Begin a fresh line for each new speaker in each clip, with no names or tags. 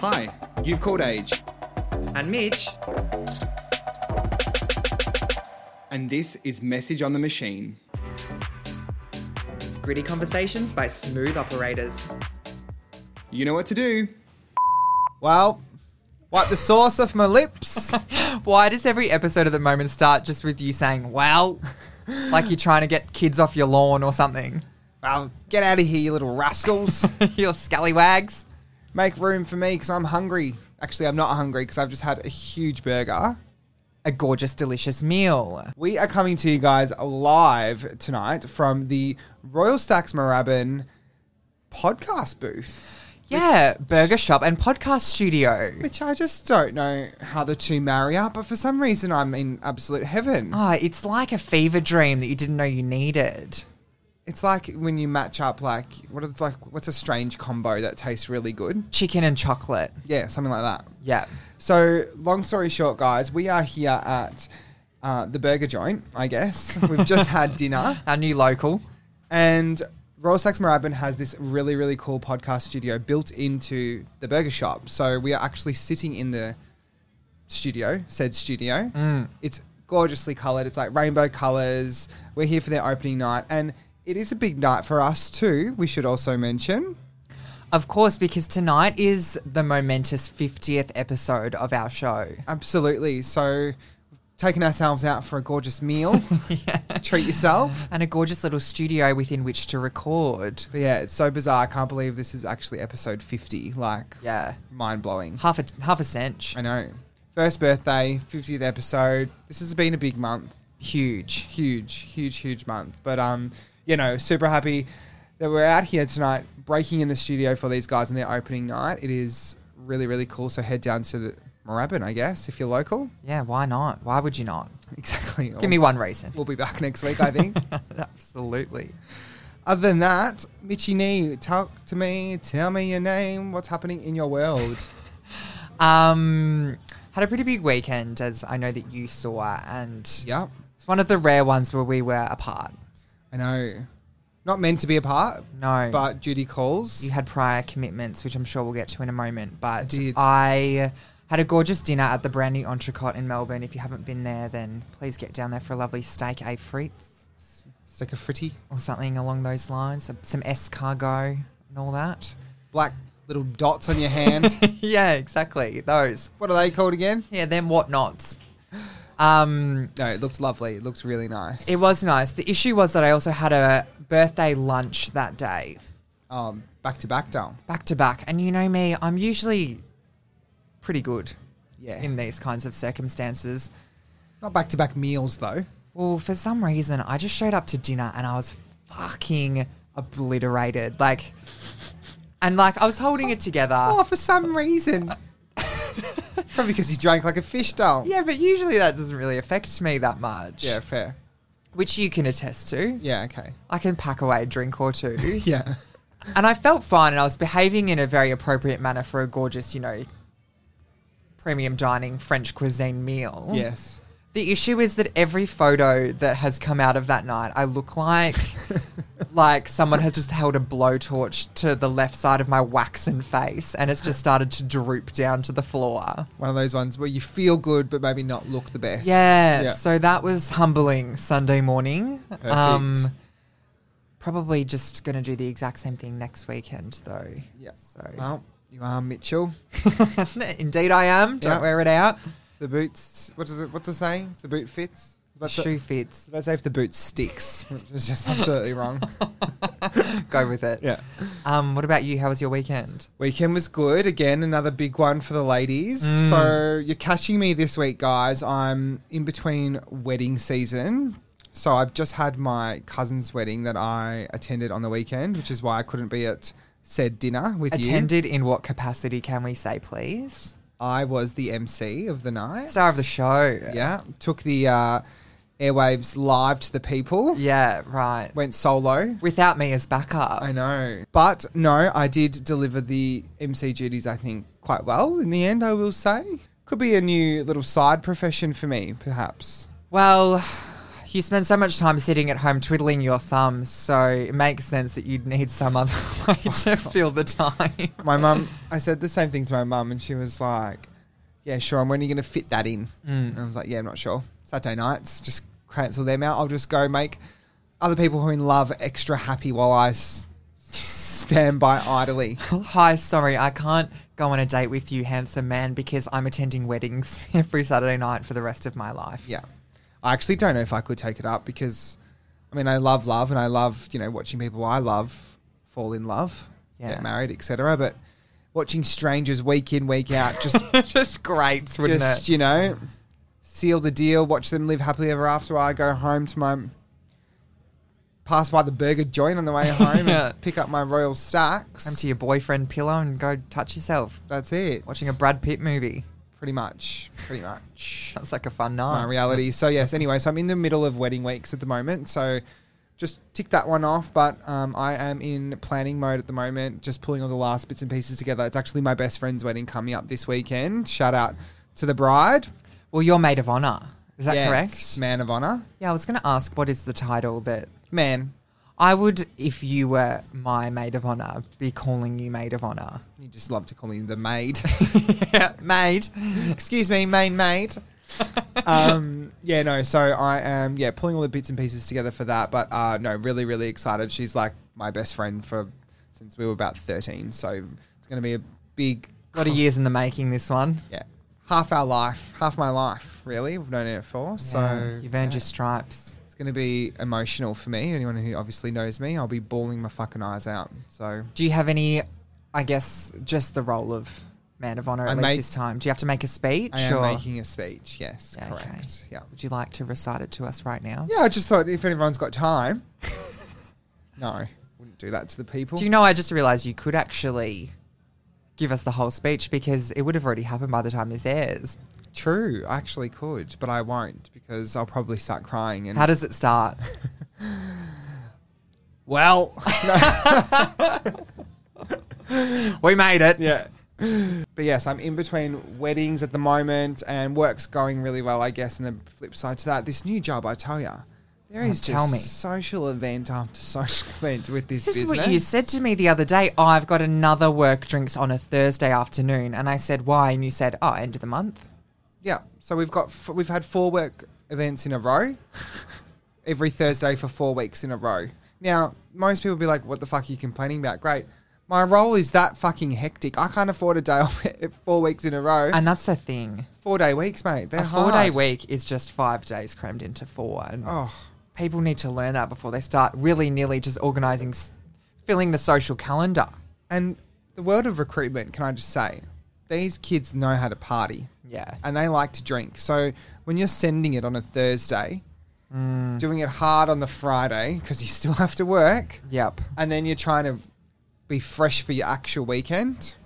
Hi, you've called Age.
And Mitch,
And this is Message on the Machine.
gritty conversations by smooth operators.
You know what to do.
Well, wipe the sauce off my lips.
Why does every episode at the moment start just with you saying, well, like you're trying to get kids off your lawn or something?
well, get out of here, you little rascals.
your scallywags.
Make room for me because I'm hungry. Actually, I'm not hungry because I've just had a huge burger.
A gorgeous, delicious meal.
We are coming to you guys live tonight from the Royal Stacks Moorabbin podcast booth,
Yeah, burger shop and podcast studio.
which I just don't know how the two marry up, but for some reason I'm in absolute heaven.
Ah, it's like a fever dream that you didn't know you needed.
It's like when you match up, like what is like what's a strange combo that tastes really good?
Chicken and chocolate.
Yeah, something like that.
Yeah.
So, long story short, guys, we are here at uh, the burger joint, I guess. We've just had dinner,
Our new local.
and Royal Sax Moorabbin has this really, really cool podcast studio built into the burger shop. So, we are actually sitting in the studio, said studio. It's gorgeously coloured, it's like rainbow colours. We're here for their opening night, and it is a big night for us, too, we should also mention.
Of course, because tonight is the momentous 50th episode of our show.
Absolutely. So, taking ourselves out for a gorgeous meal. Treat yourself.
And a gorgeous little studio within which to record.
But yeah, it's so bizarre. I can't believe this is actually episode 50. Like,
Yeah.
mind blowing.
Half a, half a cinch.
I know. First birthday, 50th episode. This has been a big month.
Huge.
Huge, huge, huge month. But, um, you know, super happy that we're out here tonight breaking in the studio for these guys on their opening night. It is really, really cool. So head down to the Moorabbin, I guess, if you're local.
Yeah, why not? Why would you not?
Exactly.
Give me one reason.
We'll be back next week, I think.
Absolutely.
Other than that, Mitchie Nee, talk to me, tell me your name, what's happening in your world?
Um, had a pretty big weekend, as I know that you saw, and
yep.
it's one of the rare ones where we were apart.
I know. Not meant to be apart,
No,
but duty calls.
you had prior commitments, which I'm sure we'll get to in a moment. But I,
did.
had a gorgeous dinner at the brand new Entrecôte in Melbourne. If you haven't been there, then please get down there for a lovely steak a frites
Stick a fritty.
or something along those lines, some, some escargot and all that.
Black little dots on your hand.
yeah, exactly. Those.
what are they called again?
Yeah, them whatnots. Um,
No, it looks lovely. It looks really nice.
it was nice. The issue was that I also had a birthday lunch that day,
um, back to back down.
back to back. And you know me, I'm usually pretty good
Yeah.
in these kinds of circumstances.
Not back to back meals though.
Well, for some reason, I just showed up to dinner and I was fucking obliterated. Like, and like, I was holding it
Oh,
together.
for some reason. Probably because you drank like a fish doll.
Yeah, but usually that doesn't really affect me that much.
Yeah, fair.
Which you can attest to.
Yeah, okay.
I can pack away a drink or two.
Yeah.
and I felt fine and I was behaving in a very appropriate manner for a gorgeous, you know, premium dining French cuisine meal.
yes.
The issue is that every photo that has come out of that night, I look like like someone has just held a blowtorch to the left side of my waxen face and it's just started to droop down to the floor.
One of those ones where you feel good but maybe not look the best.
Yeah,
Yeah.
so that was humbling Sunday morning. Um,
Perfect.
probably just going to do the exact same thing next weekend though.
Yeah.
So
Well, you are Mitchell.
Indeed, I am. Don't
Yeah.
wear it out.
The boots. What is it? What's the saying? If the boot fits. That's it.
Shoe
I was
fits.
about to say if the boot sticks, which is just absolutely wrong.
Go with it.
Yeah.
Um, what about you? How was your weekend?
Weekend was good. Again, another big one for the ladies.
Mm.
So you're catching me this week, guys. I'm in between wedding season. So I've just had my cousin's wedding that I attended on the weekend, which is why I couldn't be at said dinner with you.
Attended in what capacity can we say, please?
I was the MC of the night.
Star of the show.
Yeah. Took the uh, airwaves live to the people.
Yeah, right.
Went solo.
Without me as backup.
I know. But no, I did deliver the MC duties, I think, quite well in the end, I will say. Could be a new little side profession for me, perhaps.
Well, You spend so much time sitting at home twiddling your thumbs, so it makes sense that you'd need some other way to fill the time.
My mum, I said the same thing to my mum, and she was like, "Yeah, sure. And when are you going to fit that in?" And I was like, "Yeah, I'm not sure. Saturday nights, just cancel them out. I'll just go make other people who are in love extra happy while I s- stand by idly."
Hi, sorry, I can't go on a date with you, handsome man, because I'm attending weddings every Saturday night for the rest of my life.
Yeah, I actually don't know if I could take it up because, I mean, I love love, and I love you know watching people I love fall in love,
Yeah.
get married, etc. But watching strangers week in week out just
Just great, wouldn't
just
it?
you know seal the deal watch them live happily ever after i go home to my pass by the burger joint on the way home
Yeah.
and pick up my royal stacks
Come to your boyfriend pillow and go touch yourself.
that's it
Watching a Brad Pitt movie.
pretty much pretty much
Sounds like a fun
my
night.
reality so yes anyway so i'm in the middle of wedding weeks at the moment so just tick that one off but um, i am in planning mode at the moment just pulling all the last bits and pieces together it's actually my best friend's wedding coming up this weekend shout out to the bride
Well, you're maid of honor. Is that
Yes,
correct?
man of honor
Yeah, I was going to ask what is the title that
man
I would, if you were my maid of honor, be calling you maid of honor.
You just love to call me the maid.
yeah, maid.
Excuse me, main maid. um, yeah, no. So I am yeah pulling all the bits and pieces together for that. But uh, no, really, really excited. She's like my best friend for since we were about thirteen. So it's going to be a big
What are years in the making, this one.
yeah half our life, half my life. Really, we've known her for so
Yeah, you've earned
yeah.
your stripes.
It's going to be emotional for me. Anyone who obviously knows me, I'll be bawling my fucking eyes out. So
Do you have any? I guess just the role of man of honor at
I
least
made-
this time. Do you have to make a speech?
I am
or
making a speech. Yes,
Yeah, okay.
correct. Yeah.
Would you like to recite it to us right now?
Yeah, I just thought if anyone's got time. no, wouldn't do that to the people.
Do you know? I just realised you could actually give us the whole speech because it would have already happened by the time this airs.
True, I actually could, but I won't because I'll probably start crying. And
How does it start?
well,
we made it.
yeah. But yes, I'm in between weddings at the moment, and work's going really well, I guess. And the flip side to that, this new job, I tell ya, there
Oh,
is
tell
just
me.
social event after social event with this,
This is
business.
what you said to me the other day. Oh, I've got another work drinks on a Thursday afternoon, and I said why, and you said, oh, end of the month.
Yeah. So we've got f- we've had four work events in a row, every Thursday for four weeks in a row. Now most people be like, "What the fuck are you complaining about?" Great. My role is that fucking hectic. I can't afford a day off four weeks in a row.
And that's the thing.
four day weeks, mate. They're
a four day
hard.
week is just five days crammed into four. And
Oh,
people need to learn that before they start willy nilly just organising, s- filling the social calendar.
and the world of recruitment. Can I just say, these kids know how to party.
Yeah.
and they like to drink. So when you're sending it on a Thursday,
Mm.
doing it hard on the Friday because you still have to work,
Yep.
and then you're trying to be fresh for your actual weekend.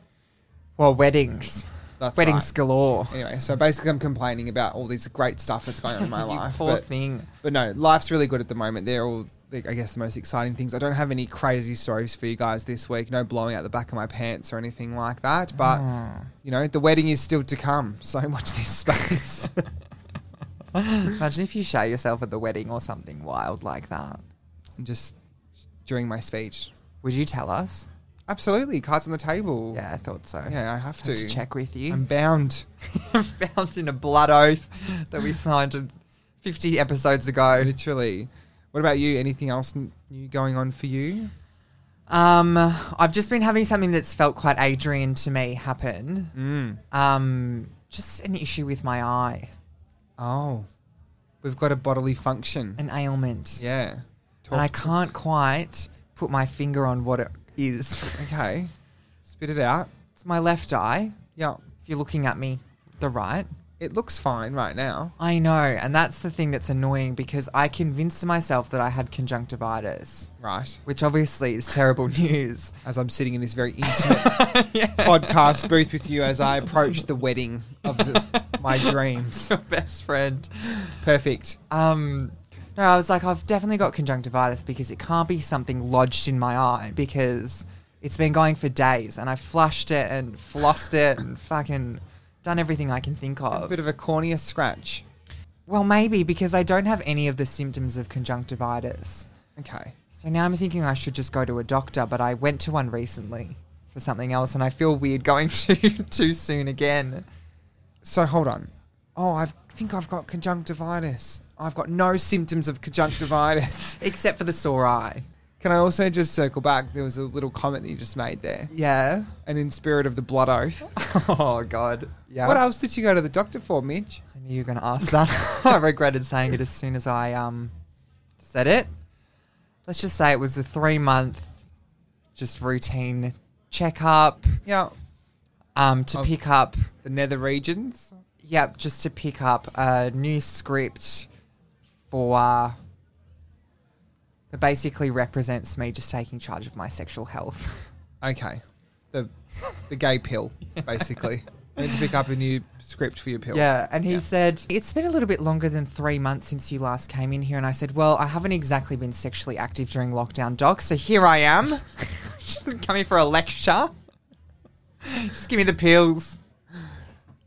Well, weddings.
That's
weddings
right.
galore.
Anyway, so basically, I'm complaining about all this great stuff that's going on in my
You
life.
poor
but,
thing.
but no, life's really good at the moment. They're all, like, I guess, the most exciting things. I don't have any crazy stories for you guys this week. No blowing out the back of my pants or anything like that. But
Oh.
you know, the wedding is still to come. So watch this space.
Imagine if you show yourself at the wedding or something wild like that.
And just during my speech,
Would you tell us?
absolutely, cards on the table.
Yeah, I thought so.
Yeah, I have
Have
to.
to check with you.
I'm bound.
found in a blood oath that we signed 50 episodes ago.
Oh, Literally. What about you? Anything else n- new going on for you?
Um, I've just been having something that's felt quite Adrian to me happen.
Mm.
Um, just an issue with my eye,
Oh, we've got a bodily function.
an ailment.
yeah.
And I
Talk-
can't quite put my finger on what it is.
Okay. Spit it out.
It's my left eye.
Yeah.
If you're looking at me, the right.
It looks fine right now.
I know, and that's the thing that's annoying because I convinced myself that I had conjunctivitis,
Right.
which obviously is terrible news.
As I'm sitting in this very intimate podcast booth with you as I approach the wedding of the, my dreams.
Your best friend.
Perfect.
Um, no, I was like, I've definitely got conjunctivitis because it can't be something lodged in my eye because it's been going for days and I flushed it and flossed it and fucking done everything I can think
A
of.
bit of a cornea scratch.
Well, maybe because I don't have any of the symptoms of conjunctivitis.
Okay.
So now I'm thinking I should just go to a doctor, but I went to one recently for something else and I feel weird going to too soon again.
So hold on. Oh, I think I've got conjunctivitis. I've got no symptoms of conjunctivitis.
Except for the sore eye.
Can I also just circle back? There was a little comment that you just made there.
Yeah.
And in spirit of the blood oath,
Oh god. Yeah.
what else did you go to the doctor for, Midge?
I knew you were going to ask that. I regretted saying it as soon as I um said it. Let's just say it was a three month, just routine checkup
Yeah,
um, to
Of-
pick up.
the nether regions.
Yep, just to pick up a new script for uh, that basically represents me just taking charge of my sexual health.
Okay, the the gay pill, basically. I need to pick up a new script for your pill.
Yeah, and he said, It's been a little bit longer than three months since you last came in here. And I said, Well, I haven't exactly been sexually active during lockdown, Doc. So here I am. Coming for a lecture. Just give me the pills.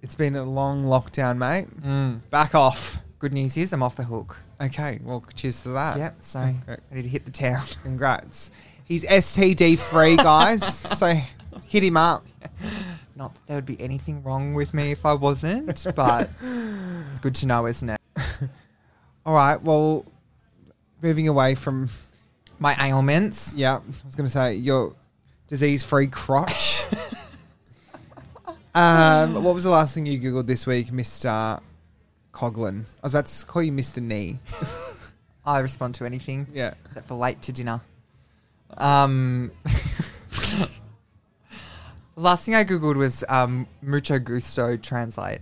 It's been a long lockdown, mate.
Mm.
Back off.
Good news is, I'm off the hook.
Okay, well, cheers to that.
Yep, so
Okay.
I need to hit the town.
Congrats. He's STD free, guys. so hit him up.
Not that there would be anything wrong with me if I wasn't, but it's good to know, isn't it?
All right. Well, moving away from
My ailments.
yeah, I was going to say your disease free crotch. um, what was the last thing you googled this week, Mister Coglin? I was about to call you Mister Knee.
I respond to anything.
Yeah.
except for late to dinner. Um, the last thing I googled was um, mucho gusto translate.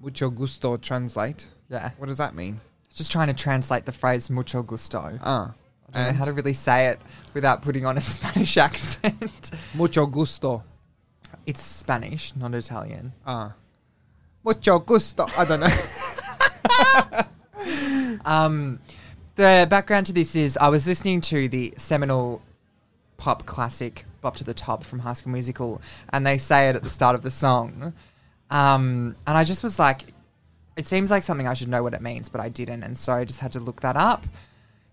Mucho gusto translate.
Yeah,
What does that mean?
just trying to translate the phrase mucho gusto. I don't
Ah,
know how to really say it without putting on a Spanish accent.
mucho gusto.
it's Spanish, not Italian.
Ah, mucho gusto. I don't know.
Um, the background to this is I was listening to the seminal pop classic Bop to the Top from High School Musical, and they say it at the start of the song. Um, and I just was like, it seems like something I should know what it means, but I didn't. And so I just had to look that up.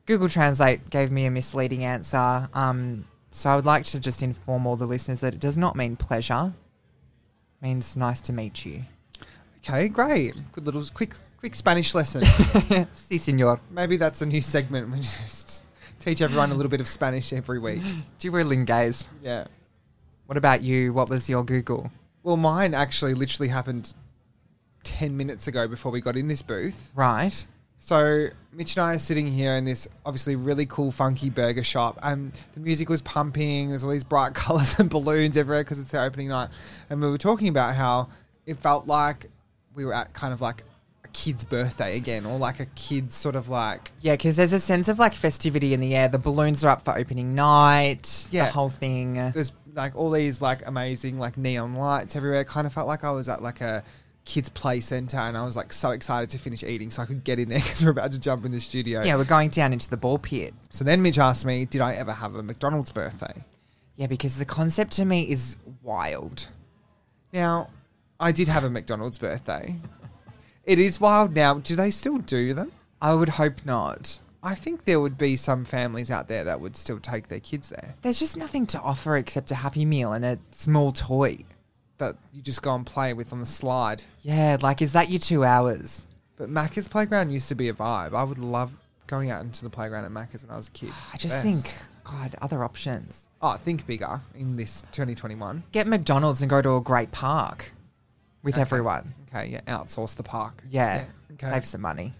Google Translate gave me a misleading answer. Um, so I would like to just inform all the listeners that it does not mean pleasure. It means nice to meet you.
okay, great. Good little quick quick Spanish lesson.
si, senor.
Maybe that's a new segment. We just teach everyone a little bit of Spanish every week.
Duolingays.
Yeah.
What about you? What was your Google?
Well, mine actually literally happened 10 minutes ago before we got in this booth.
Right.
So, Mitch and I are sitting here in this obviously really cool, funky burger shop. And the music was pumping. There's all these bright colors and balloons everywhere because it's the opening night. And we were talking about how it felt like we were at kind of like a kid's birthday again, or like a kid's sort of like
Yeah, because there's a sense of like festivity in the air. The balloons are up for opening night.
Yeah.
The whole thing.
there's like all these like amazing like neon lights everywhere. It kind of felt like I was at like a kids play center and I was like so excited to finish eating so I could get in there because we're about to jump in the studio.
Yeah, we're going down into the ball pit.
So then Mitch asked me, did I ever have a McDonald's birthday?
Yeah, because the concept to me is wild.
Now, I did have a McDonald's birthday. it is wild now. Do they still do them?
I would hope not.
I think there would be some families out there that would still take their kids there.
There's just nothing to offer except a happy meal and a small toy.
That you just go and play with on the slide.
Yeah, like is that your two hours?
But Macca's playground used to be a vibe. I would love going out into the playground at Macca's when I was a kid.
Ah, I
Best.
just think, God, other options.
oh, think bigger in this 2021.
Get McDonald's and go to a great park with everyone.
Okay, yeah, outsource the park.
Yeah.
okay.
Save some money.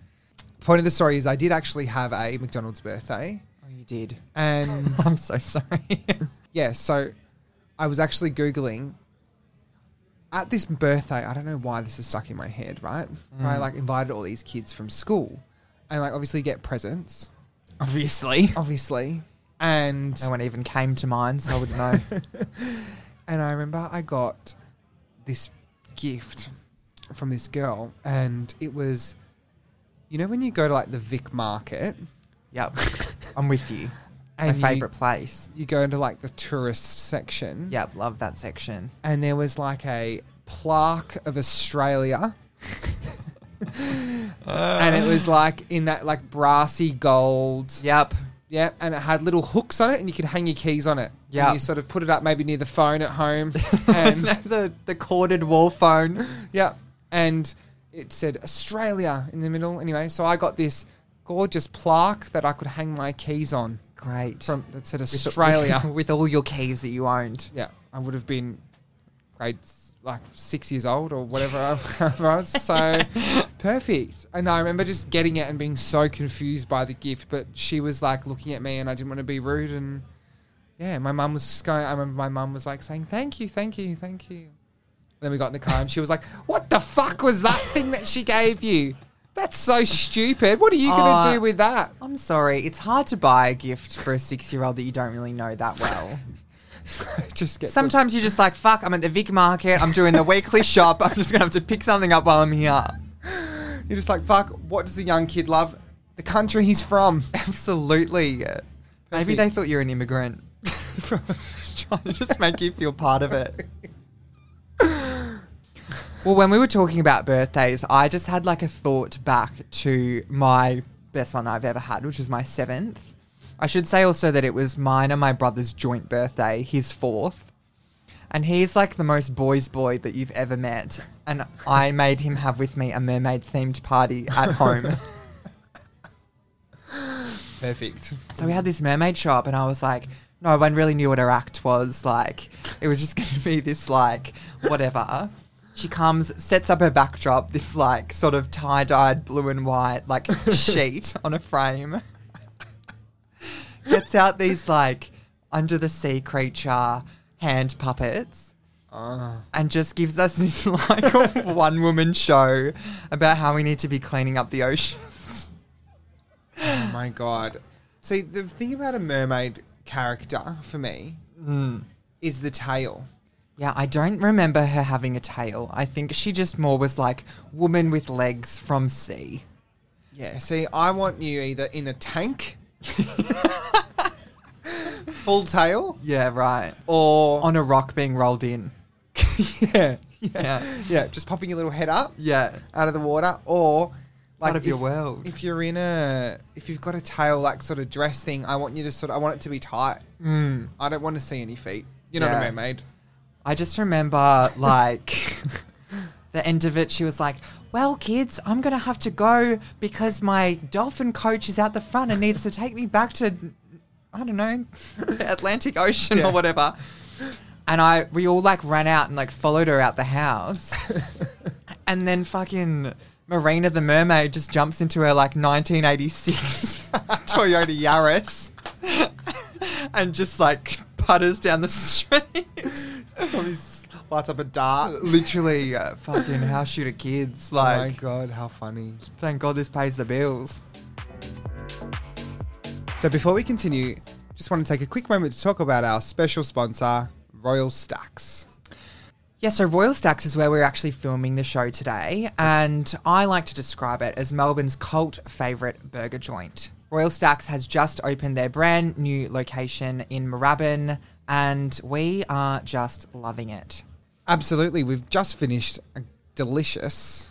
Point of the story is I did actually have a McDonald's birthday,
Oh, you did.
and
I'm so sorry.
yeah, so I was actually googling at this birthday. I don't know why this is stuck in my head, right? But
Mm.
I like invited all these kids from school, and like obviously get presents,
Obviously.
obviously, and
No one even came to mine, so I would know.
And I remember I got this gift from this girl, and it was, you know, when you go to like the Vic Market,
yep. I'm with you.
and you-
My favourite place.
you go into like the tourist section,
Yep, love that section.
and there was like a plaque of Australia
Uh.
and it was like in that like brassy gold.
Yep.
Yeah, and it had little hooks on it, and you could hang your keys on it.
Yeah.
And you sort of put it up maybe near the phone at home, and
the the corded wall phone.
yeah, and it said Australia in the middle. Anyway, so I got this gorgeous plaque that I could hang my keys on
Great.
from that said
With-
Australia.
with all your keys that you owned.
yeah, I would have been grade s- like six years old or whatever I whatever I was. So perfect. And I remember just getting it and being so confused by the gift, but she was like looking at me and I didn't want to be rude and yeah, my mum was just going I remember my mum was like saying, Thank you, thank you, thank you. Then we got in the car and she was like, What the fuck was that thing that she gave you? That's so stupid. What are you gonna
Aw.
do with that?
I'm sorry, it's hard to buy a gift for a six year old that you don't really know that well.
just get the-
Sometimes you're just like, fuck, I'm at the Vic Market, I'm doing the weekly shop, I'm just gonna have to pick something up while I'm here.
You're just like, fuck, what does a young kid love? The country he's from.
Absolutely. Maybe they
Perfect.
thought you're an immigrant. Trying to just make you feel part of it. Well, when we were talking about birthdays, I just had like a thought back to my best one that I've ever had, which was my seventh. I should say also that it was mine and my brother's joint birthday, his fourth. And he's like the most boys' boy that you've ever met. And I made him have with me a mermaid themed party at home.
Perfect.
So we had this mermaid shop, and I was like, no one really knew what her act was. Like, it was just going to be this, like, whatever. She comes, sets up her backdrop, this, like, sort of tie dyed blue and white, like, sheet on a frame. Gets out these, like, under the sea creature hand puppets
Ah,
and just gives us this, like, one woman show about how we need to be cleaning up the oceans.
Oh my god. See, the thing about a mermaid character for me is the tail.
Yeah, I don't remember her having a tail. I think she just more was like woman with legs from sea.
Yeah. See, I want you either in a tank, full tail,
Yeah, right.
or
On a rock being rolled in.
yeah,
Yeah.
yeah, just popping your little head up
Yeah.
out of the water, or like
Part of your
if-
world.
If you're in a, if you've got a tail like sort of dress thing, I want you to sort of, I want it to be tight.
Mm.
I don't want to see any feet. You're not a
Yeah.
mermaid.
I just remember like the end of it she was like, "Well, kids, I'm going to have to go because my dolphin coach is out the front and needs to take me back to I don't know, the Atlantic Ocean
Yeah.
or whatever." And I we all like ran out and like followed her out the house. and then fucking Marina the mermaid just jumps into her like 1986 Toyota Yaris and just like putters down the street.
Probably lights up a dart.
Literally, uh, fucking how shoot at kids.
oh my
Like,
god, how funny.
thank God this pays the bills.
So before we continue, just want to take a quick moment to talk about our special sponsor, Royal Stacks.
Yeah, so Royal Stacks is where we're actually filming the show today, and I like to describe it as Melbourne's cult favourite burger joint. Royal Stacks has just opened their brand new location in Moorabbin, and we are just loving it.
Absolutely, we've just finished a delicious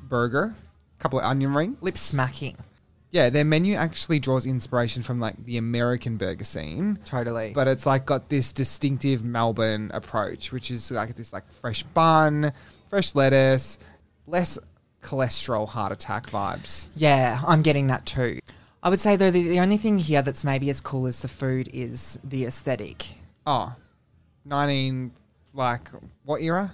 burger, a couple of onion rings.
Lip smacking,
Yeah, their menu actually draws inspiration from like the American burger scene.
totally.
But it's like got this distinctive Melbourne approach, which is like this like fresh bun, fresh lettuce, less cholesterol heart attack vibes.
Yeah, I'm getting that too. I would say though the, the only thing here that's maybe as cool as the food is the aesthetic.
Oh, 19, like, what era?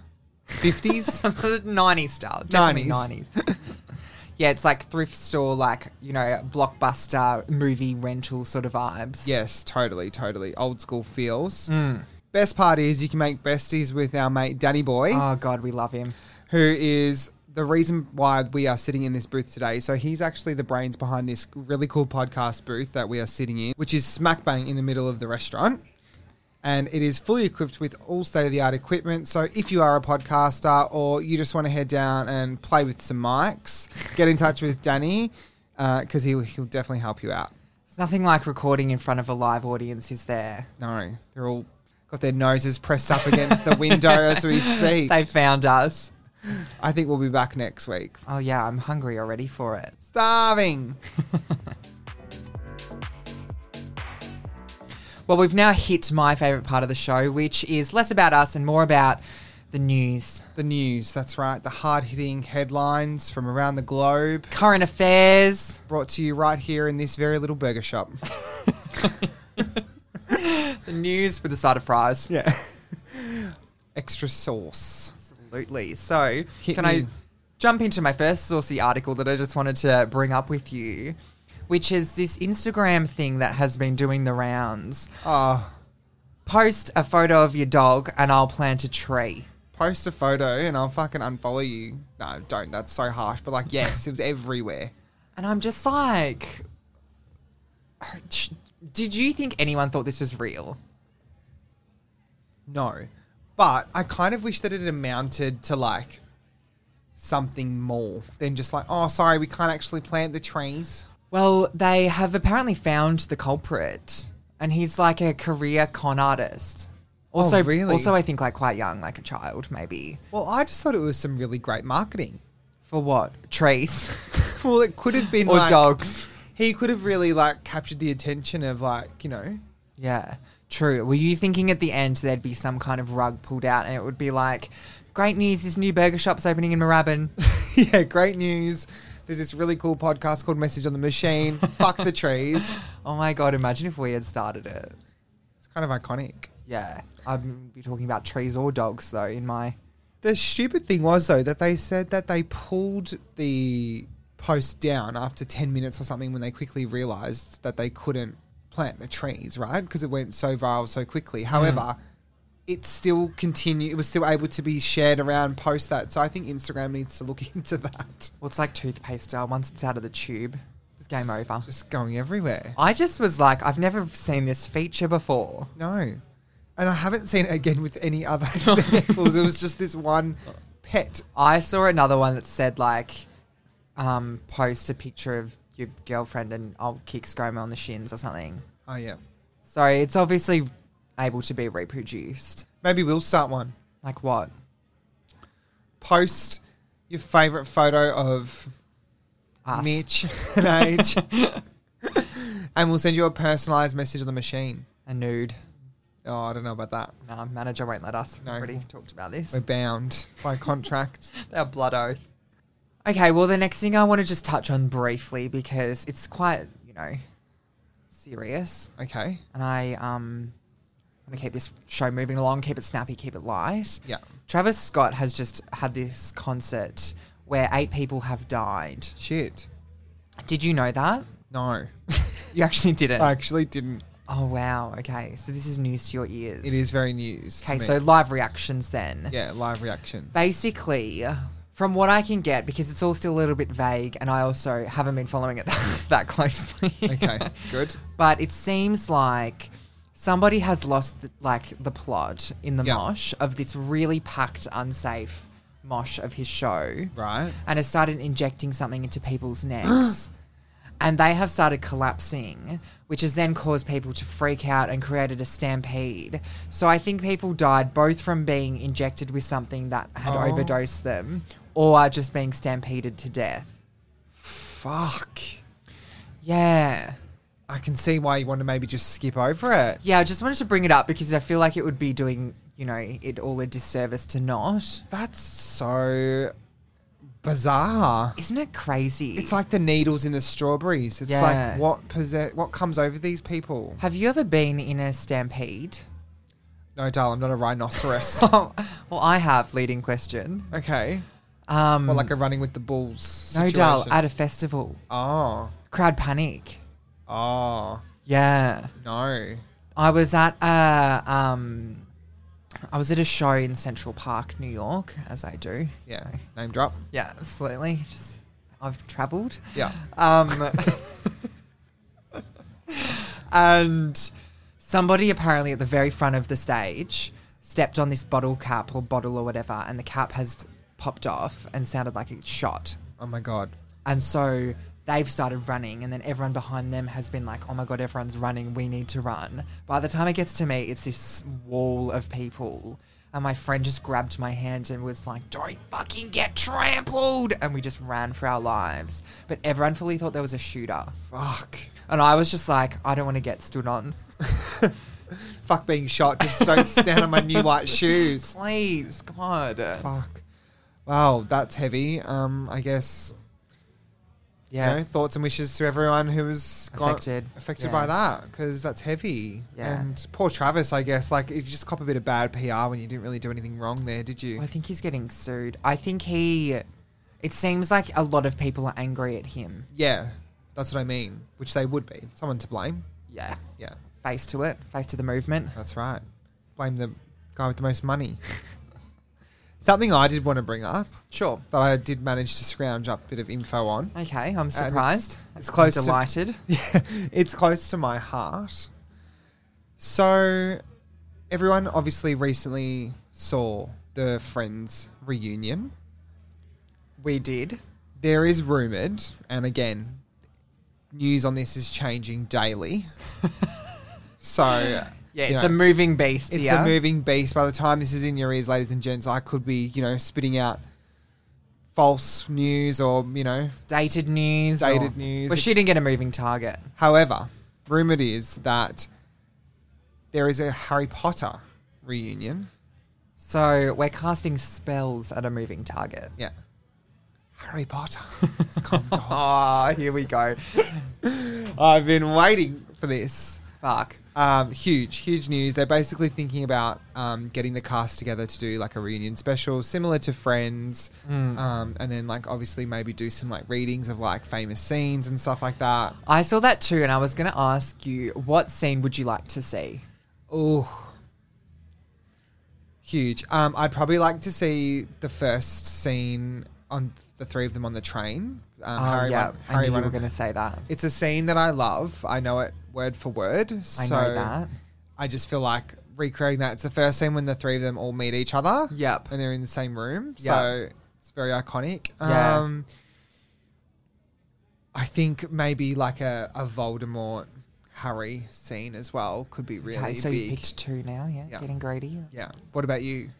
50s?
90s style. Definitely
90s.
90s. yeah, it's like thrift store, like, you know, blockbuster movie rental sort of vibes.
yes, totally, totally. Old school feels. Best part is you can make besties with our mate Danny Boy,
Oh god, we love him.
who is the reason why we are sitting in this booth today. So he's actually the brains behind this really cool podcast booth that we are sitting in, which is smack bang in the middle of the restaurant. And it is fully equipped with all state of the art equipment. So if you are a podcaster or you just want to head down and play with some mics, get in touch with Danny because he'll, he'll definitely help you out.
It's nothing like recording in front of a live audience, is there?
No, they're all got their noses pressed up against the window as we speak.
They found us.
I think we'll be back next week.
Oh, yeah, I'm hungry already for it.
Starving.
Well, we've now hit my favourite part of the show, which is less about us and more about the news,
The news, that's right. The hard hitting headlines from around the globe
current affairs.
brought to you right here in this very little burger shop.
The news with a side of fries.
Yeah. Extra sauce.
Absolutely. So,
Hit
can
me.
I jump into my first saucy article that I just wanted to bring up with you, which is this Instagram thing that has been doing the rounds.
Oh,
Post a photo of your dog and I'll plant a tree.
post a photo and I'll fucking unfollow you. No, don't. That's so harsh. But like, yes, it was everywhere.
And I'm just like, sh- did you think anyone thought this was real?
No. But I kind of wish that it amounted to like something more than just like, oh, sorry, we can't actually plant the trees.
Well, they have apparently found the culprit, and he's like a career con artist. Also,
Oh, really?
also, I think like quite young, like a child, maybe.
Well, I just thought it was some really great marketing.
For what? Trees
Well, it could have been
or
like,
dogs?
He could have really like captured the attention of like, you know,
Yeah, true. Were you thinking at the end there'd be some kind of rug pulled out, and it would be like, "Great news! This new burger shop's opening in Moorabbin."
yeah, great news. There's this really cool podcast called Message on the Machine. Fuck the trees.
oh my god! Imagine if we had started it.
It's kind of iconic.
Yeah, I'd be talking about trees or dogs though in my
The stupid thing was though that they said that they pulled the post down after 10 minutes or something when they quickly realized that they couldn't plant the trees, right? Because it went so viral so quickly. However, it still continued it was still able to be shared around post that. So I think Instagram needs to look into that.
Well, it's like toothpaste style. Once it's out of the tube, it's game over.
Just going everywhere.
I just was like, I've never seen this feature before.
No. And I haven't seen it again with any other examples. it was just this one pet.
I saw another one that said like, um, post a picture of your girlfriend and I'll kick ScoMo on the shins or something.
Oh yeah.
So it's obviously able to be reproduced.
Maybe we'll start one.
Like what?
Post your favorite photo of
Us.
Mitch and age. and we'll send you a personalized message on the machine.
A nude.
Oh, I don't know about that.
No, manager won't let us.
No.
We've already talked about
We're
this.
bound by contract.
Our blood oath. Okay, well, the next thing I want to just touch on briefly because it's quite, you know, serious.
okay.
and I um want to keep this show moving along, keep it snappy, keep it light.
Yeah.
Travis Scott has just had this concert where eight people have died.
Shit.
Did you know that?
No.
You actually didn't.
I actually didn't.
oh wow. Okay, so this is news to your ears.
It is very news. to
Okay,
me.
so live reactions then.
yeah, live reaction.
Basically, from what I can get, because it's all still a little bit vague, and I also haven't been following it that, that closely.
Okay, good.
but it seems like somebody has lost the, like the plot in the
Yeah.
mosh of this really packed unsafe mosh of his show
Right.
and has started injecting something into people's necks and they have started collapsing which has then caused people to freak out and created a stampede so i think people died both from being injected with something that had
Oh.
overdosed them or just being stampeded to death
Fuck.
yeah
I can see why you want to maybe just skip over it.
Yeah, I just wanted to bring it up because I feel like it would be doing, you know, it all a disservice to not.
That's so bizarre.
Isn't it crazy?
It's like the needles in the strawberries. It's
Yeah.
like what possess- what comes over these people.
have you ever been in a stampede?
No, Dal, I'm not a rhinoceros.
well, I have. Leading question.
okay.
Um,
Well, like a running with the bulls.
no,
Situation.
doll at a festival,
oh,
crowd panic.
oh
Yeah,
no.
I was at a um, I was at a show in Central Park, New York, as I do.
Yeah, name drop.
Yeah, absolutely. Just I've travelled.
Yeah.
Um, and somebody apparently at the very front of the stage stepped on this bottle cap or bottle or whatever, and the cap has popped off and sounded like it shot.
Oh my god.
And so they've started running, and then everyone behind them has been like, oh my god, everyone's running, we need to run. By the time it gets to me, it's this wall of people. And my friend just grabbed my hand and was like, Don't fucking get trampled. And we just ran for our lives. But everyone fully thought there was a shooter.
Fuck.
And I was just like, I don't want to get stood on.
Fuck being shot. Just don't stand on my new white shoes.
Please, God.
Fuck. Wow, that's heavy. Um, I guess
Yeah.
you know, thoughts and wishes to everyone who was got-
Affected.
affected
Yeah.
by that because that's heavy.
Yeah.
And poor Travis, I guess, like you just cop a bit of bad PR when you didn't really do anything wrong there, did you?
I think he's getting sued. I think he. It seems like a lot of people are angry at him.
Yeah, that's what I mean. Which they would be someone to blame.
Yeah.
Yeah,
Face to it, face to the movement.
that's right. Blame the guy with the most money. Something I did want to bring up
Sure.
that I did manage to scrounge up a bit of info on.
Okay, I'm
it's-
surprised.
it's close to-
I'm delighted.
Yeah, it's close to my heart. So, everyone obviously recently saw the Friends reunion.
we did.
There is rumored, and again, news on this is changing daily. so,
Yeah,
you
it's
know,
a moving beast.
it's
yeah.
a moving beast. By the time this is in your ears, ladies and gents, I could be, you know, spitting out false news or, you know,
Dated news. or-
Dated news.
Well, she didn't get a moving target.
However, rumored is that there is a Harry Potter reunion.
So we're casting spells at a moving target.
Yeah. Harry Potter. It's come to haunt.
Oh, here we go.
I've been waiting for this.
Fuck.
Um, huge, huge news. They're basically thinking about um, getting the cast together to do like a reunion special, similar to Friends, um, and then like obviously maybe do some like readings of like famous scenes and stuff like that.
I saw that too, and I was going to ask you, what scene would you like to see?
Oh, huge. Um, I'd probably like to see the first scene on the three of them on the train. Um,
Oh,
Harry,
yeah,
one,
I
Harry,
knew you
one,
were
and-
going to say that.
It's a scene that I love. I know it word for word.
I
so
know that.
I just feel like recreating that. It's the first scene when the three of them all meet each other.
Yep.
And they're in the same room. So
Yep.
it's very iconic.
Yeah.
Um, I think maybe like a, a Voldemort Harry scene as well could be really
okay, so
big.
you picked two now, yeah?
Yeah.
Getting greedy.
Yeah. What about you?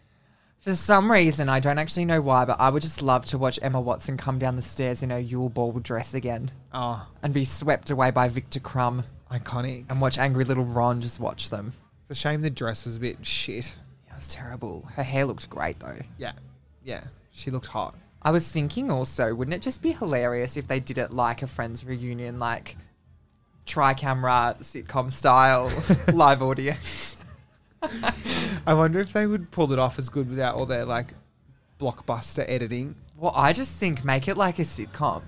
For some reason, I don't actually know why, but I would just love to watch Emma Watson come down the stairs in her Yule Ball dress again
Oh,
and be swept away by Victor Crumb
iconic.
and watch angry little Ron just watch them.
It's a shame the dress was a bit shit.
It was terrible. Her hair looked great though.
Yeah. Yeah. She looked hot.
I was thinking also, wouldn't it just be hilarious if they did it like a friends reunion, like tri camera sitcom style live audience?
I wonder if they would pull it off as good without all their like blockbuster editing.
Well, I just think make it like a sitcom.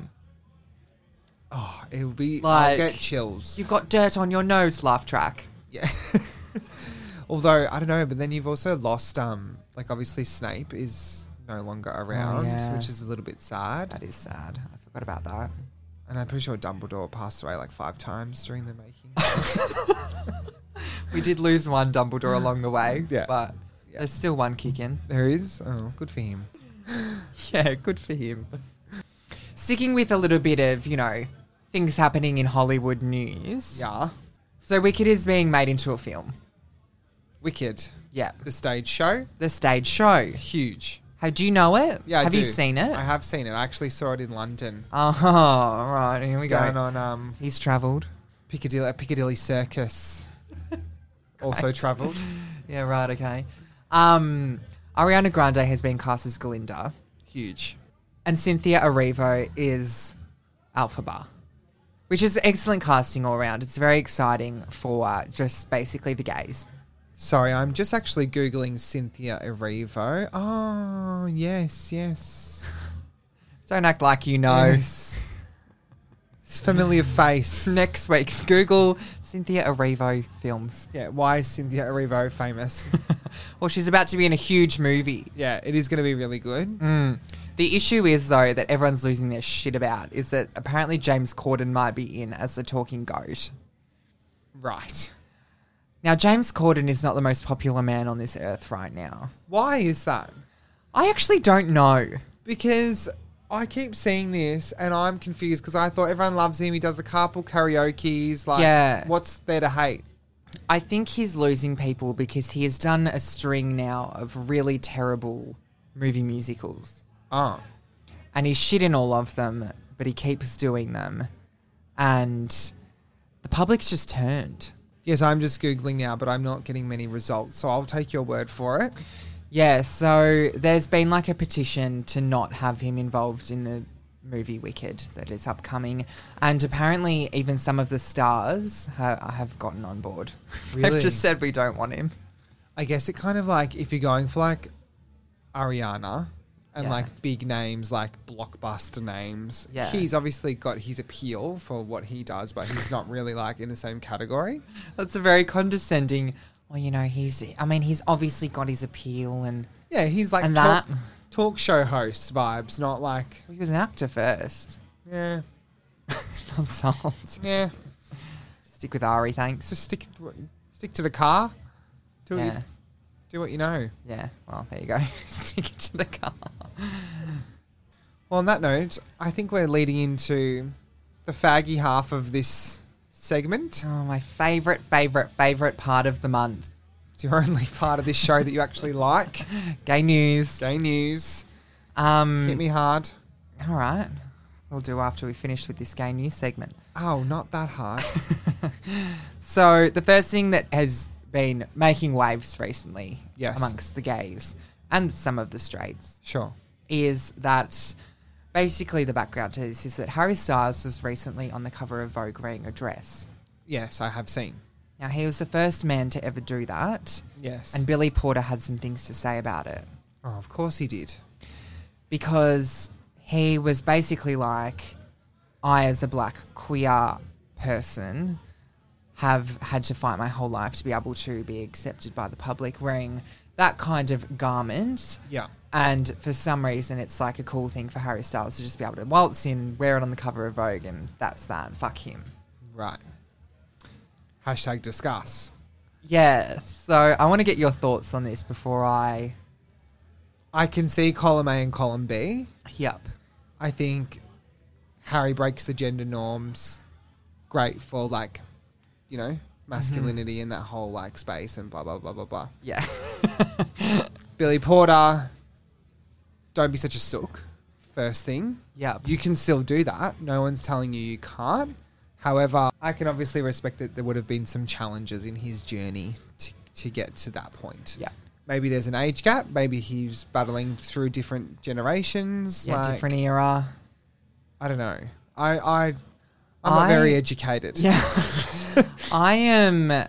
Oh, it would be. I'll
Like-
get chills.
You've got dirt on your nose, laugh track.
Yeah. Although I don't know, but then you've also lost um like obviously Snape is no longer around,
yeah.
which is a little bit sad.
That is sad. I forgot about that.
And I'm pretty sure Dumbledore passed away like five times during the making.
We did lose one Dumbledore along the way,
Yeah.
but
Yeah.
there's still one kicking.
there is. Oh, good for him.
Yeah, good for him. Sticking with a little bit of, you know, things happening in Hollywood news.
Yeah.
So Wicked is being made into a film.
Wicked.
Yeah.
The stage show.
The stage show.
Huge.
How do you know it?
Yeah, I
Have you
do.
seen it?
I have seen it. I actually saw it in London.
oh, right. Here we go.
Down on um
He's travelled.
Piccadilly at Piccadilly Circus. also travelled.
Yeah, right. Okay. Um, Ariana Grande has been cast as Glinda,
Huge.
and Cynthia Erivo is Alphaba, which is excellent casting all around. It's very exciting for uh, just basically the gays.
Sorry, I'm just actually googling Cynthia Erivo. Oh yes, yes,
Don't act like you know.
yes. It's familiar face.
Next week's Google Cynthia Erivo films.
Yeah. Why is Cynthia Erivo famous?
Well, she's about to be in a huge movie.
yeah, it is going to be really good.
Mm. The issue is though that everyone's losing their shit about is that apparently James Corden might be in as the talking goat.
Right.
Now James Corden is not the most popular man on this earth right now.
Why is that?
I actually don't know.
Because I keep seeing this and I'm confused because I thought everyone loves him. He does the carpool karaoke's. Like,
Yeah.
what's there to hate?
I think he's losing people because he has done a string now of really terrible movie musicals.
Oh.
and he's shit in all of them, but he keeps doing them. And the public's just turned.
Yes, I'm just Googling now, but I'm not getting many results. So I'll take your word for it.
Yeah, so there's been like a petition to not have him involved in the movie Wicked that is upcoming. And apparently, even some of the stars ha- have gotten on board.
Really?
They've just said we don't want him.
I guess it kind of like if you're going for like Ariana and
Yeah.
like big names, like blockbuster names,
Yeah.
he's obviously got his appeal for what he does, but he's not really like in the same category.
That's a very condescending. Well, you know, he's, I mean, he's obviously got his appeal and
Yeah, he's like
And
talk,
that-
talk show host vibes, not like,
he was an actor first.
yeah,
Not sold.
yeah,
Stick with Ari, thanks.
just stick, stick to the car, do, what
yeah.
you, do what you know.
Yeah, well, there you go. Stick it to the car.
Well, on that note, I think we're leading into the faggy half of this segment.
Oh, my favourite, favourite, favourite part of the month.
It's your only part of this show that you actually like.
Gay news.
Gay news.
Um,
Hit me hard.
All right. We'll do after we finish with this gay news segment.
Oh, not that hard.
So, the first thing that has been making waves recently
Yes.
amongst the gays and some of the straights
Sure.
is that basically the background to this is that Harry Styles was recently on the cover of Vogue wearing a dress.
Yes, I have seen.
Now, he was the first man to ever do that,
Yes.
and Billy Porter had some things to say about it.
oh, of course he did.
because he was basically like, I, as a black queer person, have had to fight my whole life to be able to be accepted by the public wearing that kind of garment.
Yeah.
And for some reason, it's like a cool thing for Harry Styles to just be able to waltz in, wear it on the cover of Vogue, and that's that. Fuck him.
Right. Hashtag discuss.
Yeah. So I want to get your thoughts on this before I.
I can see column A and column B.
Yup.
I think Harry breaks the gender norms. Great for like, you know, masculinity and that whole like space and blah blah blah blah blah.
Yeah.
Billy Porter, don't be such a sook. First thing.
Yup.
You can still do that. No one's telling you you can't. However, I can obviously respect that there would have been some challenges in his journey to, to get to that point.
Yeah.
Maybe there's an age gap. Maybe he's battling through different generations.
Yeah.
like-
different era.
I don't know. I, I, I'm not
I-
very educated.
Yeah. I am.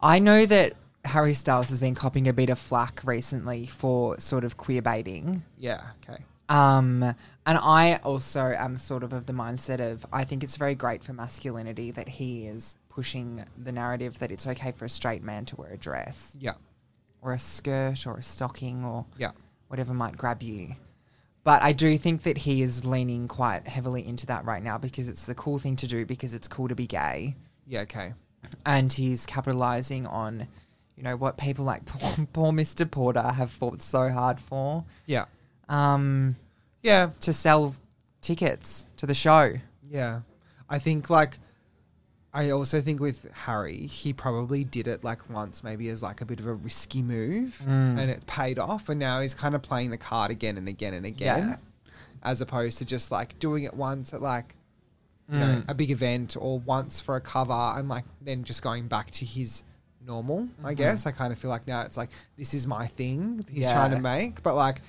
I know that Harry Styles has been copping a bit of flack recently for sort of queer baiting.
Yeah. Okay.
Um, and I also am sort of of the mindset of I think it's very great for masculinity that he is pushing the narrative that it's okay for a straight man to wear a dress
Yeah.
or a skirt or a stocking or
Yeah.
whatever might grab you. But I do think that he is leaning quite heavily into that right now because it's the cool thing to do because it's cool to be gay
Yeah. Okay.
and he's capitalizing on you know what people like poor, poor Mr. Porter have fought so hard for
Yeah.
um
Yeah.
to sell tickets to the show.
Yeah. I think like I also think with Harry, he probably did it like once maybe as like a bit of a risky move and it paid off and now he's kind of playing the card again and again and again as opposed to just like doing it once at like you know, a big event or once for a cover and like then just going back to his normal, I guess. I kind of feel like now it's like this is my thing that he's trying to
Yeah.
make, but like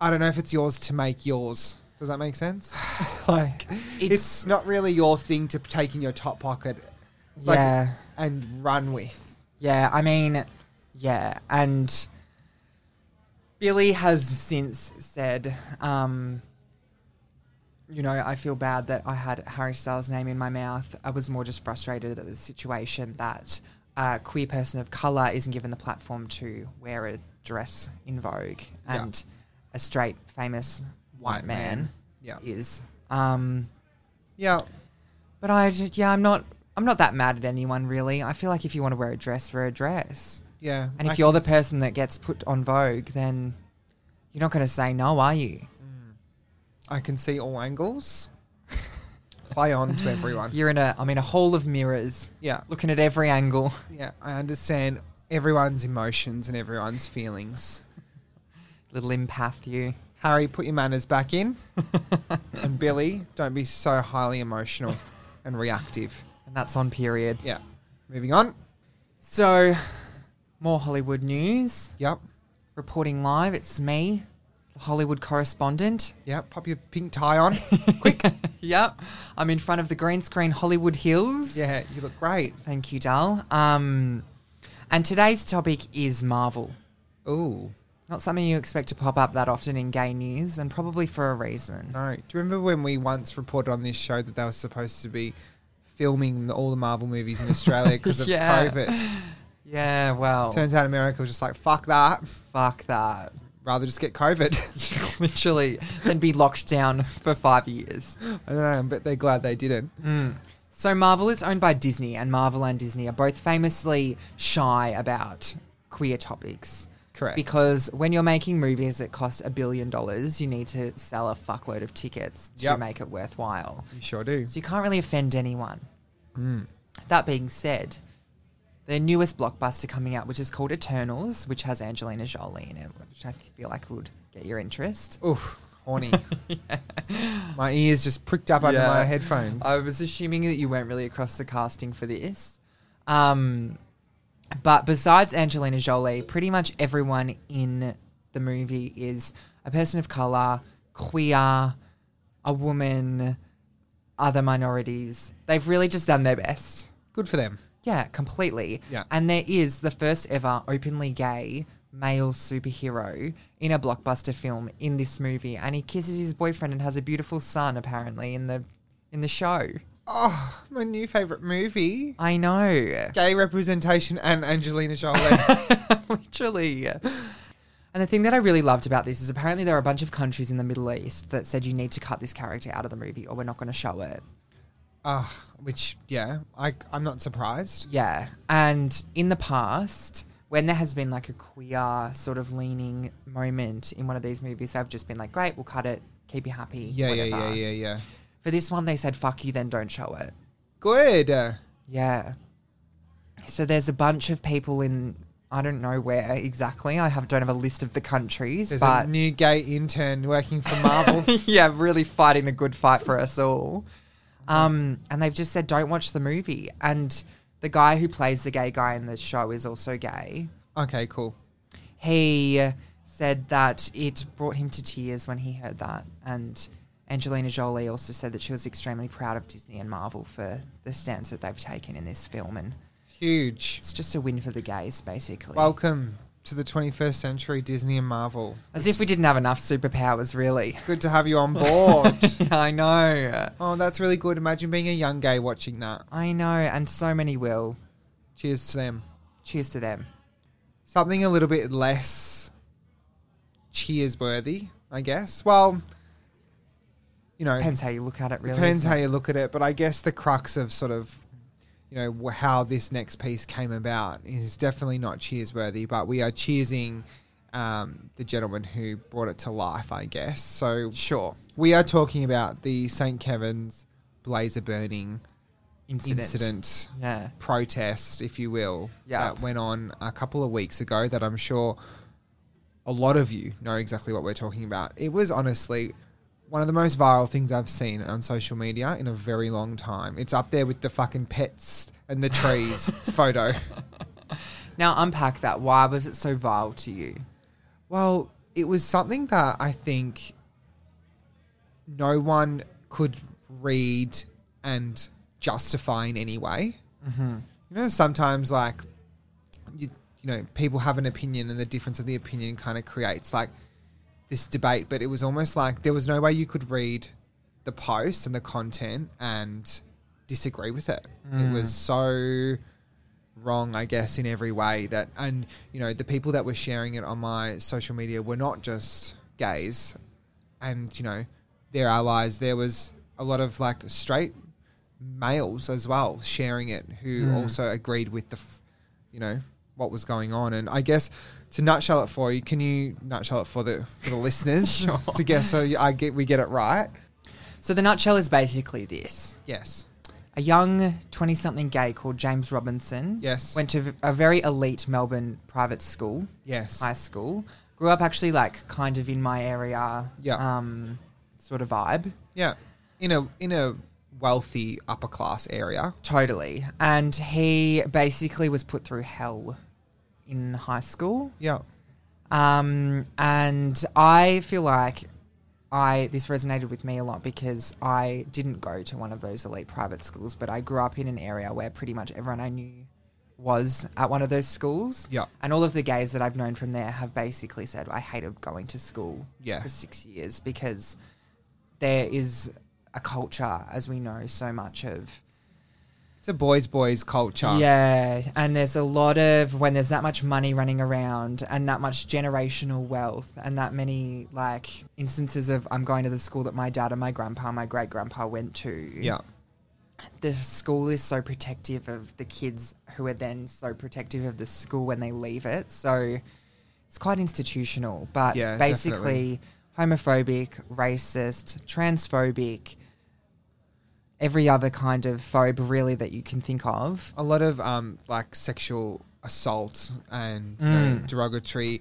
I don't know if it's yours to make yours. Does that make sense? like it's,
It's-
not really your thing to take in your top pocket it's like-
yeah.
and run with.
Yeah, I mean yeah, and Billy has since said um you know, I feel bad that I had Harry Styles' name in my mouth. I was more just frustrated at the situation that a queer person of colour isn't given the platform to wear a dress in Vogue
Yeah.
and a straight, famous white,
White
man,
man. Yeah.
is. Um,
Yeah.
but I, ju- yeah, I'm not, I'm not that mad at anyone really. I feel like if you want to wear a dress, wear a dress.
Yeah.
And if
I
you're the
think it's-
person that gets put on Vogue, then you're not going to say no, are you?
I can see all angles. apply on to everyone.
You're in a, I'm in a hall of mirrors,
yeah,
looking at every angle.
yeah. I understand everyone's emotions and everyone's feelings.
Little empath, you.
Harry, put your manners back in, and Billy, don't be so highly emotional and reactive.
And that's on period.
Yeah. Moving on.
So, more Hollywood news.
Yep.
Reporting live, it's me, the Hollywood correspondent.
Yep. Pop your pink tie on, quick.
yep. I'm in front of the green screen Hollywood Hills.
Yeah, you look great.
Thank you, Dal. Um, and today's topic is Marvel.
Ooh.
Not something you expect to pop up that often in gay news, and probably for a reason.
No. Do you remember when we once reported on this show that they were supposed to be filming the, all the Marvel movies in Australia because of
Yeah.
COVID?
Yeah, well,
Turns out America was just like, fuck that.
fuck that.
Rather just get COVID.
Literally, then be locked down for five years.
I don't know, but they're glad they didn't.
So Marvel is owned by Disney, and Marvel and Disney are both famously shy about queer topics.
Correct.
Because when you're making movies that cost a billion dollars, you need to sell a fuckload of tickets to
Yep.
make it worthwhile.
You sure do.
So you can't really offend anyone. That being said, their newest blockbuster coming out, which is called Eternals, which has Angelina Jolie in it, which I feel like would get your interest.
Oof, horny. My ears just pricked up under
Yeah.
my headphones.
I was assuming that you weren't really across the casting for this. Um, but besides Angelina Jolie, pretty much everyone in the movie is a person of color, queer, a woman, other minorities. They've really just done their best.
Good for them.
Yeah, completely.
Yeah.
And there is the first ever openly gay male superhero in a blockbuster film in this movie, and he kisses his boyfriend and has a beautiful son apparently in the in the show.
Oh, my new favorite movie.
I know.
Gay representation and Angelina Jolie.
Literally. And the thing that I really loved about this is apparently there are a bunch of countries in the Middle East that said you need to cut this character out of the movie or we're not going to show it.
Ah, which, yeah, I, I'm not surprised.
Yeah. And in the past, when there has been like a queer sort of leaning moment in one of these movies, I've just been like, great, we'll cut it, keep you happy.
Yeah, yeah,
whatever."
yeah, yeah, yeah.
For this one, they said, fuck you, then don't show it.
Good. Uh,
Yeah. So there's a bunch of people in, I don't know where exactly. I have, don't have a list of the countries,
There's
but.
a new gay intern working for Marvel.
yeah, really fighting the good fight for us all. Um, and they've just said, don't watch the movie. And the guy who plays the gay guy in the show is also gay.
okay, cool.
He said that it brought him to tears when he heard that. And Angelina Jolie also said that she was extremely proud of Disney and Marvel for the stance that they've taken in this film. And
Huge.
it's just a win for the gays, basically.
Welcome to the 21st century Disney and Marvel.
as if we didn't have enough superpowers, really.
Good to have you on board.
I know.
oh, that's really good. Imagine being a young gay watching that.
I know. And so many will.
Cheers to them.
Cheers to them.
Something a little bit less cheers worthy, I guess. Well, you know,
Depends how you look at it, really.
depends
isn't
how
it?
you look at it, but I guess the crux of sort of, you know, wh- how this next piece came about is definitely not cheersworthy, but we are cheersing um, the gentleman who brought it to life, I guess. So
Sure.
we are talking about the St. Kevin's blazer burning
Incident.
incident.
Yeah.
protest, if you will,
Yeah.
that went on a couple of weeks ago that I'm sure a lot of you know exactly what we're talking about. It was honestly one of the most viral things I've seen on social media in a very long time. It's up there with the fucking pets and the trees photo.
Now unpack that. Why was it so vile to you?
Well, it was something that I think no one could read and justify in any way. You know, sometimes like you, you know people have an opinion, and the difference of the opinion kind of creates like this debate. But it was almost like there was no way you could read the post and the content and disagree with it. It was so wrong, I guess, in every way. That and you know the people that were sharing it on my social media were not just gays, and you know their allies. There was a lot of like straight males as well sharing it who also agreed with the, f- you know, what was going on. And I guess to nutshell it for you, can you nutshell it for the for the listeners to guess so you- I get we get it right.
So the nutshell is basically this.
Yes.
A young 20 something gay called James Robinson
Yes.
went to v- a very elite Melbourne private school,
Yes.
high school. Grew up actually like kind of in my area,
Yeah.
um, sort of vibe.
Yeah. In a in a wealthy upper class area.
Totally. And he basically was put through hell in high school.
Yeah.
Um, and I feel like I this resonated with me a lot because I didn't go to one of those elite private schools, but I grew up in an area where pretty much everyone I knew was at one of those schools.
Yeah.
And all of the gays that I've known from there have basically said I hated going to school
Yeah.
for six years because there is a culture, as we know, so much of
It's a boys boys culture.
yeah, and there's a lot of when there's that much money running around and that much generational wealth and that many like instances of I'm going to the school that my dad and my grandpa, and my great grandpa went to.
Yeah.
The school is so protective of the kids who are then so protective of the school when they leave it. So it's quite institutional, but
Yeah,
basically homophobic, racist, transphobic, every other kind of phobe really that you can think of.
A lot of um like sexual assault and you know, derogatory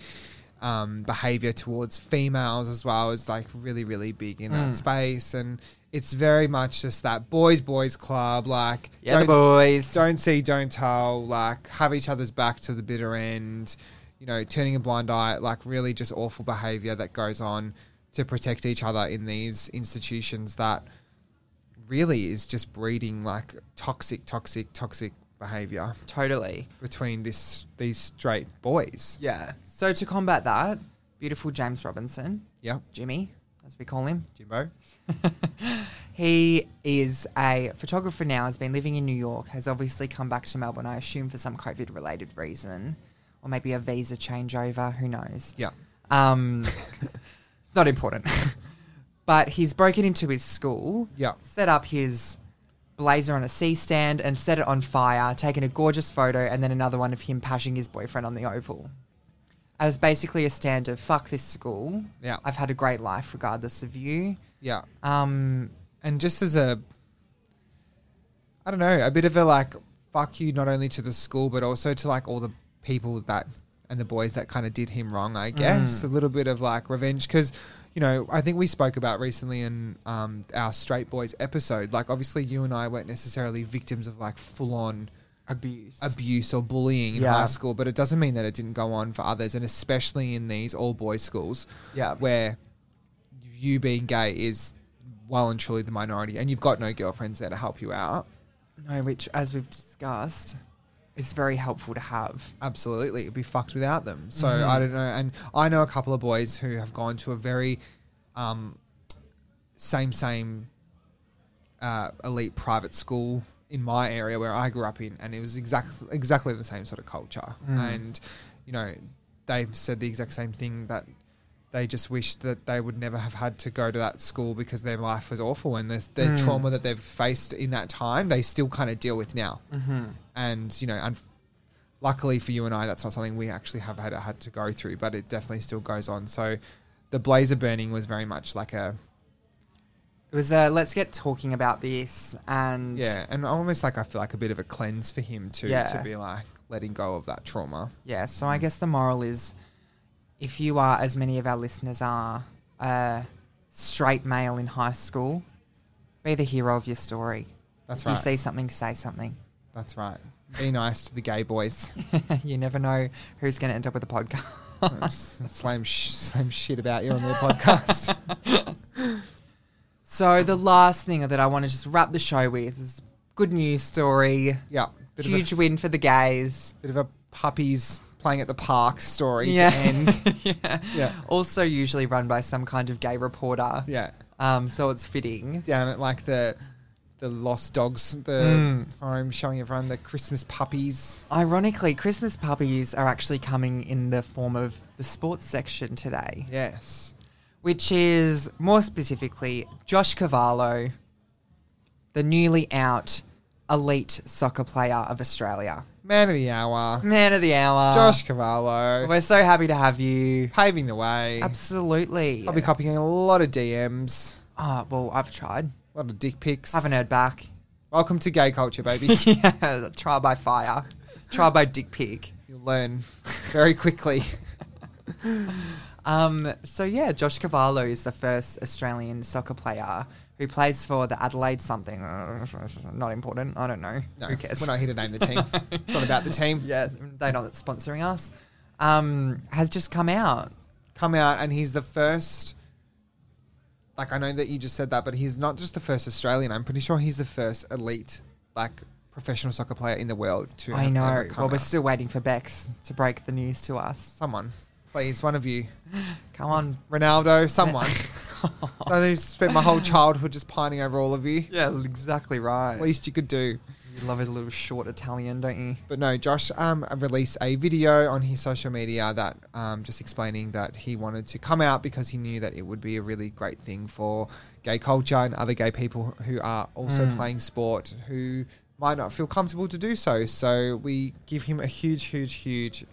um, behavior towards females as well is like really really big in that space and it's very much just that boys boys club like
Yeah,
don't-
boys.
don't see, don't tell, like have each other's back to the bitter end, you know, turning a blind eye, like really just awful behavior that goes on to protect each other in these institutions that really is just breeding like toxic, toxic, toxic behavior
Totally.
between this these straight boys.
Yeah. So to combat that, beautiful James Robinson,
Yeah,
Jimmy, as we call him,
Jimbo.
he is a photographer now, has been living in New York, has obviously come back to Melbourne, I assume for some COVID related reason, or maybe a visa changeover, who knows.
Yeah,
Um, it's not important. but he's broken into his school,
yeah,
set up his blazer on a C stand and set it on fire, taking a gorgeous photo and then another one of him pashing his boyfriend on the oval. As basically a stand of fuck this school.
Yeah.
I've had a great life regardless of you.
yeah.
Um
and just as a i don't know a bit of a like fuck you not only to the school but also to like all the people that and the boys that kind of did him wrong i guess a little bit of like revenge because you know i think we spoke about recently in um, our straight boys episode like obviously you and i weren't necessarily victims of like full-on
abuse.
abuse or bullying in
Yeah.
high school, but it doesn't mean that it didn't go on for others, and especially in these all boys schools,
Yeah.
where you being gay is well and truly the minority, and you've got no girlfriends there to help you out.
no, which as we've discussed, is very helpful to have.
Absolutely, it'd be fucked without them. So I don't know, and I know a couple of boys who have gone to a very um, same same uh, elite private school in my area where I grew up in, and it was exactly exactly the same sort of culture. And you know, they've said the exact same thing that they just wish that they would never have had to go to that school because their life was awful and the, the trauma that they've faced in that time they still kind of deal with now. Mm-hmm. And you know, un- luckily for you and I, that's not something we actually have had had to go through, but it definitely still goes on. So. The blazer burning was very much like a
It was a let's get talking about this and
Yeah, and almost like I feel like a bit of a cleanse for him too,
Yeah.
to be like letting go of that trauma.
Yeah, so I guess the moral is if you are, as many of our listeners are, a straight male in high school, be the hero of your story.
That's
if
right.
you see something, say something.
That's right. Be nice to the gay boys.
you never know who's going to end up with a podcast.
slam, sh- slam shit about you on their podcast.
so, the last thing that I want to just wrap the show with is good news story.
yeah, bit
Huge
of
win for the gays.
a, bit of a puppies playing at the park story
Yeah.
to end.
yeah.
Yeah.
Also, usually run by some kind of gay reporter.
Yeah,
Um, so it's fitting.
down at like the the lost dogs, the home showing everyone the Christmas puppies.
Ironically, Christmas puppies are actually coming in the form of the sports section today,
Yes,
which is more specifically Josh Cavallo, the newly out elite soccer player of Australia.
man of the hour,
Man of the hour.
Josh Cavallo,
We're so happy to have you.
paving the way.
Absolutely.
I'll be copying a lot of DMs.
Oh, well, I've tried.
A lot of dick pics.
Haven't heard back.
Welcome to gay culture, baby.
yeah, trial by fire. trial by dick pic.
You'll learn very quickly.
Um, so yeah, Josh Cavallo is the first Australian soccer player who plays for the Adelaide something. Not important. I don't know.
No,
who cares?
we're not here to name the team. it's not about the team.
yeah, they're not sponsoring us. Um, has just come out.
Come out, and he's the first. Like I know that you just said that, but he's not just the first Australian. I'm pretty sure he's the first elite, like professional soccer player in the world to.
I
have-
know.
have come
Well, we're
out.
still waiting for Bex to break the news to us.
someone, please, one of you,
Come on.
Ronaldo, someone. so I spent my whole childhood just pining over all of you.
Yeah, exactly right.
Least you could do.
You love a little short Italian, don't you?
But no, Josh um, released a video on his social media that um, just explaining that he wanted to come out because he knew that it would be a really great thing for gay culture and other gay people who are also
Mm.
playing sport who might not feel comfortable to do so. So we give him a huge, huge, huge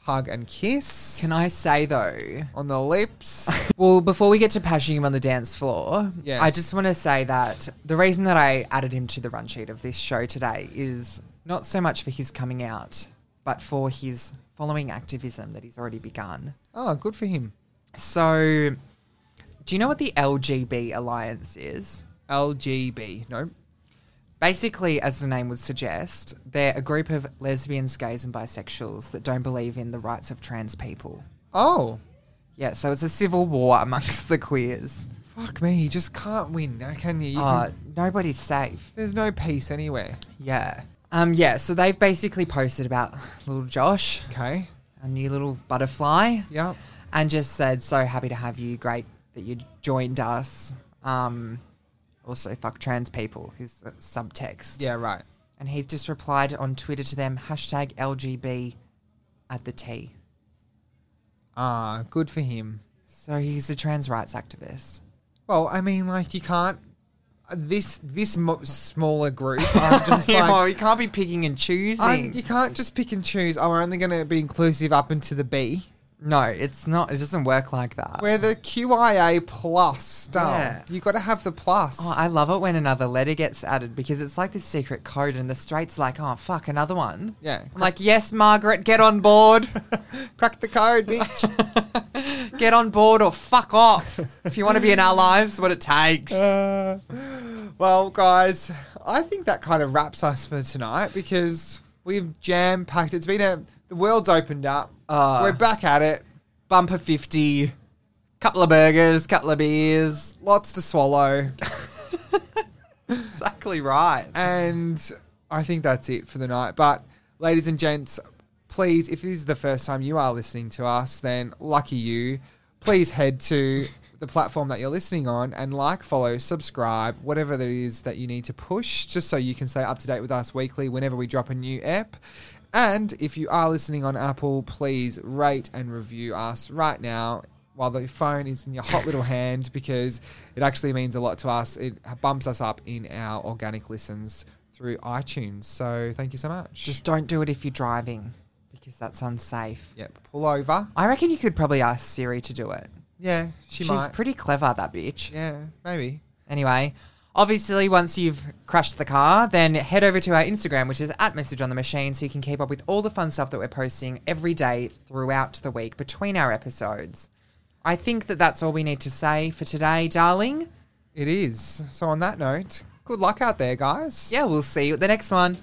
hug and kiss
Can I say though?
on the lips.
Well, before we get to pashing him on the dance floor,
Yeah.
I just want to say that the reason that I added him to the run sheet of this show today is not so much for his coming out, but for his following activism that he's already begun.
oh, good for him.
So, do you know what the LGB Alliance is?
LGB. No.
Basically, as the name would suggest, they're a group of lesbians, gays, and bisexuals that don't believe in the rights of trans people.
Oh,
Yeah, so it's a civil war amongst the queers.
fuck me. You just can't win, can you? you
Uh,
can,
nobody's safe.
there's no peace anywhere.
Yeah. Um, yeah, so they've basically posted about little Josh,
Okay.
a new little butterfly,
Yeah.
and just said, so happy to have you. Great that you joined us. Um, also, fuck trans people, his uh, subtext.
Yeah, right.
And he's just replied on Twitter to them, hashtag LGB at the T.
Ah, good for him.
So he's a trans rights activist.
Well, I mean, like you can't. This this mo- smaller group are just
you know,
like
he can't be picking and
I'm-
choosing.
you can't just pick and choose. Oh, we're only going to be inclusive up into the B.
no, it's not. It doesn't work like that.
We're the QIA plus stuff.
Yeah.
You got to have the plus.
Oh, I love it when another letter gets added because it's like this secret code, and the straight's like, oh, fuck, another one.
yeah,
I'm like, yes, Margaret, get on board.
crack the code, bitch.
get on board or fuck off. If you want to be an ally, it's what it takes.
Uh, well, guys, I think that kind of wraps us for tonight because we've jam packed. It's been a the world's opened up.
Uh.
we're back at it.
Bumper 50, couple of burgers, couple of beers.
Lots to swallow.
Exactly right.
And I think that's it for the night. But, ladies and gents, please, if this is the first time you are listening to us, then lucky you. Please head to the platform that you're listening on and like, follow, subscribe, whatever that is that you need to push, just so you can stay up to date with us weekly whenever we drop a new app. And if you are listening on Apple, please rate and review us right now while the phone is in your hot little hand because it actually means a lot to us. It bumps us up in our organic listens through iTunes. So thank you so much.
Just don't do it if you're driving because that's unsafe.
yep, pull over.
I reckon you could probably ask Siri to do it.
Yeah, she
She's
might.
pretty clever, that bitch.
yeah, maybe.
Anyway, obviously, once you've crashed the car, then head over to our Instagram, which is at Message on the Machine, so you can keep up with all the fun stuff that we're posting every day throughout the week between our episodes. I think that that's all we need to say for today, darling.
It is. So on that note, good luck out there, guys.
Yeah, we'll see you at the next one.